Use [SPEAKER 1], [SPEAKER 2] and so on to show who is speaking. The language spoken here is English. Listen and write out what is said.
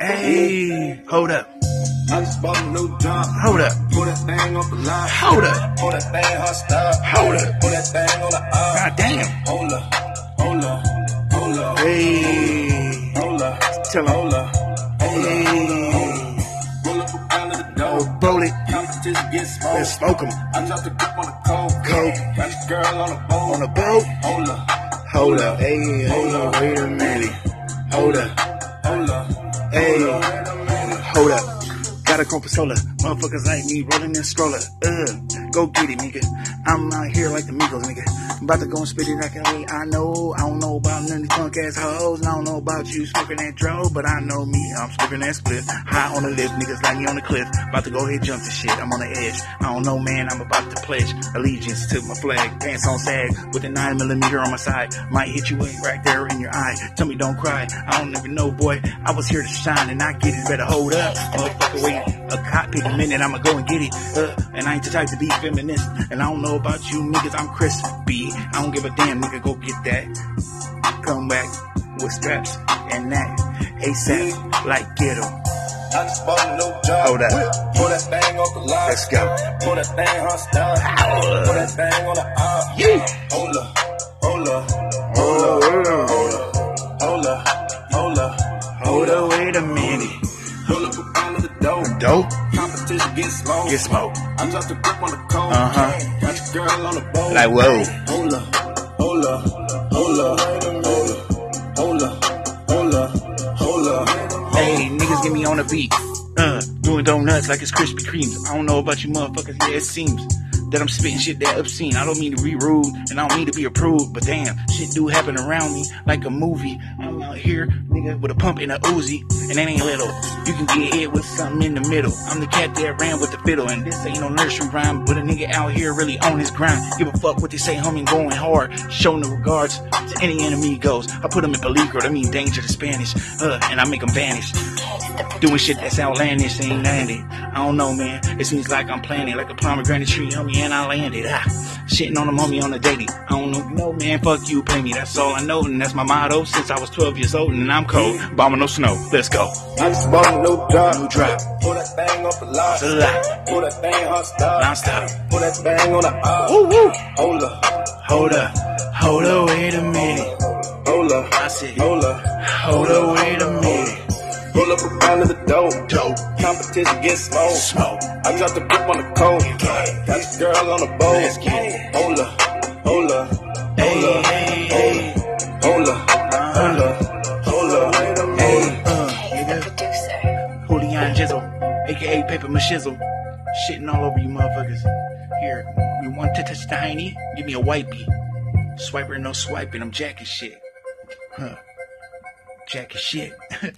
[SPEAKER 1] Hey, hold up.
[SPEAKER 2] just bought a new job.
[SPEAKER 1] Hold up.
[SPEAKER 2] Pull that thing off the line.
[SPEAKER 1] Hold up.
[SPEAKER 2] Pull that thing off stop.
[SPEAKER 1] Hold up.
[SPEAKER 2] Pull that thing on the up.
[SPEAKER 1] God damn.
[SPEAKER 2] Hold up. Hold up. Hold up.
[SPEAKER 1] Hey.
[SPEAKER 2] Hold up.
[SPEAKER 1] Tell 'em.
[SPEAKER 2] Hold up. Hold up.
[SPEAKER 1] Hey.
[SPEAKER 2] Roll up around to the
[SPEAKER 1] Oh,
[SPEAKER 2] door.
[SPEAKER 1] roll it.
[SPEAKER 2] Competition gets smoked.
[SPEAKER 1] Let's smoke 'em.
[SPEAKER 2] I dropped a cup on the coke.
[SPEAKER 1] Coke.
[SPEAKER 2] Got this girl on the boat.
[SPEAKER 1] On the boat.
[SPEAKER 2] Hold up.
[SPEAKER 1] Hold up. Hey, hold up. Wait a minute. Hold up.
[SPEAKER 2] Hold up.
[SPEAKER 1] Hey,
[SPEAKER 2] Hold up. Wait a minute.
[SPEAKER 1] hold up. Got a composola. Motherfuckers like me rolling in stroller. Uh, go get it, nigga. I'm out here like the Migos, nigga. I'm about to go and spit it like LA. I know. I don't know about none of these punk ass hoes. And I don't know about you smoking that dro, but I know me. I'm smoking that split. High on the lift, niggas like me on the cliff. About to go ahead jump the shit. I'm on the edge. I don't know, man. I'm about to pledge allegiance to my flag. Pants on sag with a nine millimeter on my side. Might hit you in right there in your eye. Tell me don't cry. I don't even know, boy. I was here to shine and I get it. Better hold up. Motherfucker, wait a cop pick a minute. I'ma go and get it. Uh, and I ain't the type to be feminist. And I don't know about you niggas. I'm crispy. I don't give a damn, nigga. Go get that. Come back with straps and that ASAP like ghetto.
[SPEAKER 2] I just bought a new job.
[SPEAKER 1] Hold up.
[SPEAKER 2] Pull that thing off the line.
[SPEAKER 1] Let's go.
[SPEAKER 2] Pull that thing on stop.
[SPEAKER 1] Hold
[SPEAKER 2] Pull that thing on the arm.
[SPEAKER 1] Yeah.
[SPEAKER 2] Hold up. Hold up.
[SPEAKER 1] Oh,
[SPEAKER 2] Hold up. Hold up. Hold up.
[SPEAKER 1] hold up. Wait a minute.
[SPEAKER 2] Pull up around to the door.
[SPEAKER 1] Dope.
[SPEAKER 2] Competition gets slow.
[SPEAKER 1] Get smoked.
[SPEAKER 2] I'm just a grip on the cold.
[SPEAKER 1] Uh-huh.
[SPEAKER 2] Got your girl on the boat.
[SPEAKER 1] Like whoa.
[SPEAKER 2] Hold up. Hold up. Hold up. Hold up. Hold up. Hold up.
[SPEAKER 1] Hey, niggas get me on the beat. Uh, doing donuts like it's Krispy Kremes. I don't know about you motherfuckers, yeah, it seems that I'm spitting shit that obscene. I don't mean to be rude, and I don't mean to be approved, but damn, shit do happen around me like a movie. I'm out here, nigga, with a pump and a Uzi, and that ain't little. You can get hit with something in the middle. I'm the cat that ran with the fiddle, and this ain't no nursery rhyme, but a nigga out here really on his grind. Give a fuck what they say, homie, going hard, showing the regards to any enemy goes. I put 'em in peligro, I mean danger to Spanish, uh, and I make 'em vanish. Doing shit that's outlandish ain't landed. I don't know, man. It seems like I'm planted like a pomegranate tree, homie, and I landed. Ah, shitting on a homie on a daily. I don't know, no, man. Fuck you, pay me. That's all I know, and that's my motto since I was 12 years old, and I'm cold. Bombing no snow. Let's go.
[SPEAKER 2] I just bought a new job.
[SPEAKER 1] New drop.
[SPEAKER 2] Pull that thing off the line.
[SPEAKER 1] The lot.
[SPEAKER 2] Pull that thing on stop.
[SPEAKER 1] Non-stop.
[SPEAKER 2] Pull that thing on the arm.
[SPEAKER 1] Woo woo.
[SPEAKER 2] Hold up.
[SPEAKER 1] Hold up. Hold up. Wait a minute.
[SPEAKER 2] Hold up.
[SPEAKER 1] I said,
[SPEAKER 2] Hold up.
[SPEAKER 1] hold up. Wait a minute.
[SPEAKER 2] Pull up around to the door.
[SPEAKER 1] Dope.
[SPEAKER 2] Competition gets smoked.
[SPEAKER 1] Smoke.
[SPEAKER 2] I dropped the grip on the cold. Got this girl on the boat.
[SPEAKER 1] Let's get it.
[SPEAKER 2] Hold up, hold up, hold
[SPEAKER 1] Hey,
[SPEAKER 2] up,
[SPEAKER 1] hey, hey.
[SPEAKER 2] hold up, hold up, hold up. Hey,
[SPEAKER 1] Uh,
[SPEAKER 3] Hey, the producer.
[SPEAKER 1] nigga. Julian Jizzle, aka Paper Machizzle, shitting all over you motherfuckers. Here, you want to touch the hiney? Give me a wipey. Swiper, no swiping, I'm jacking shit. Huh. Jacking shit.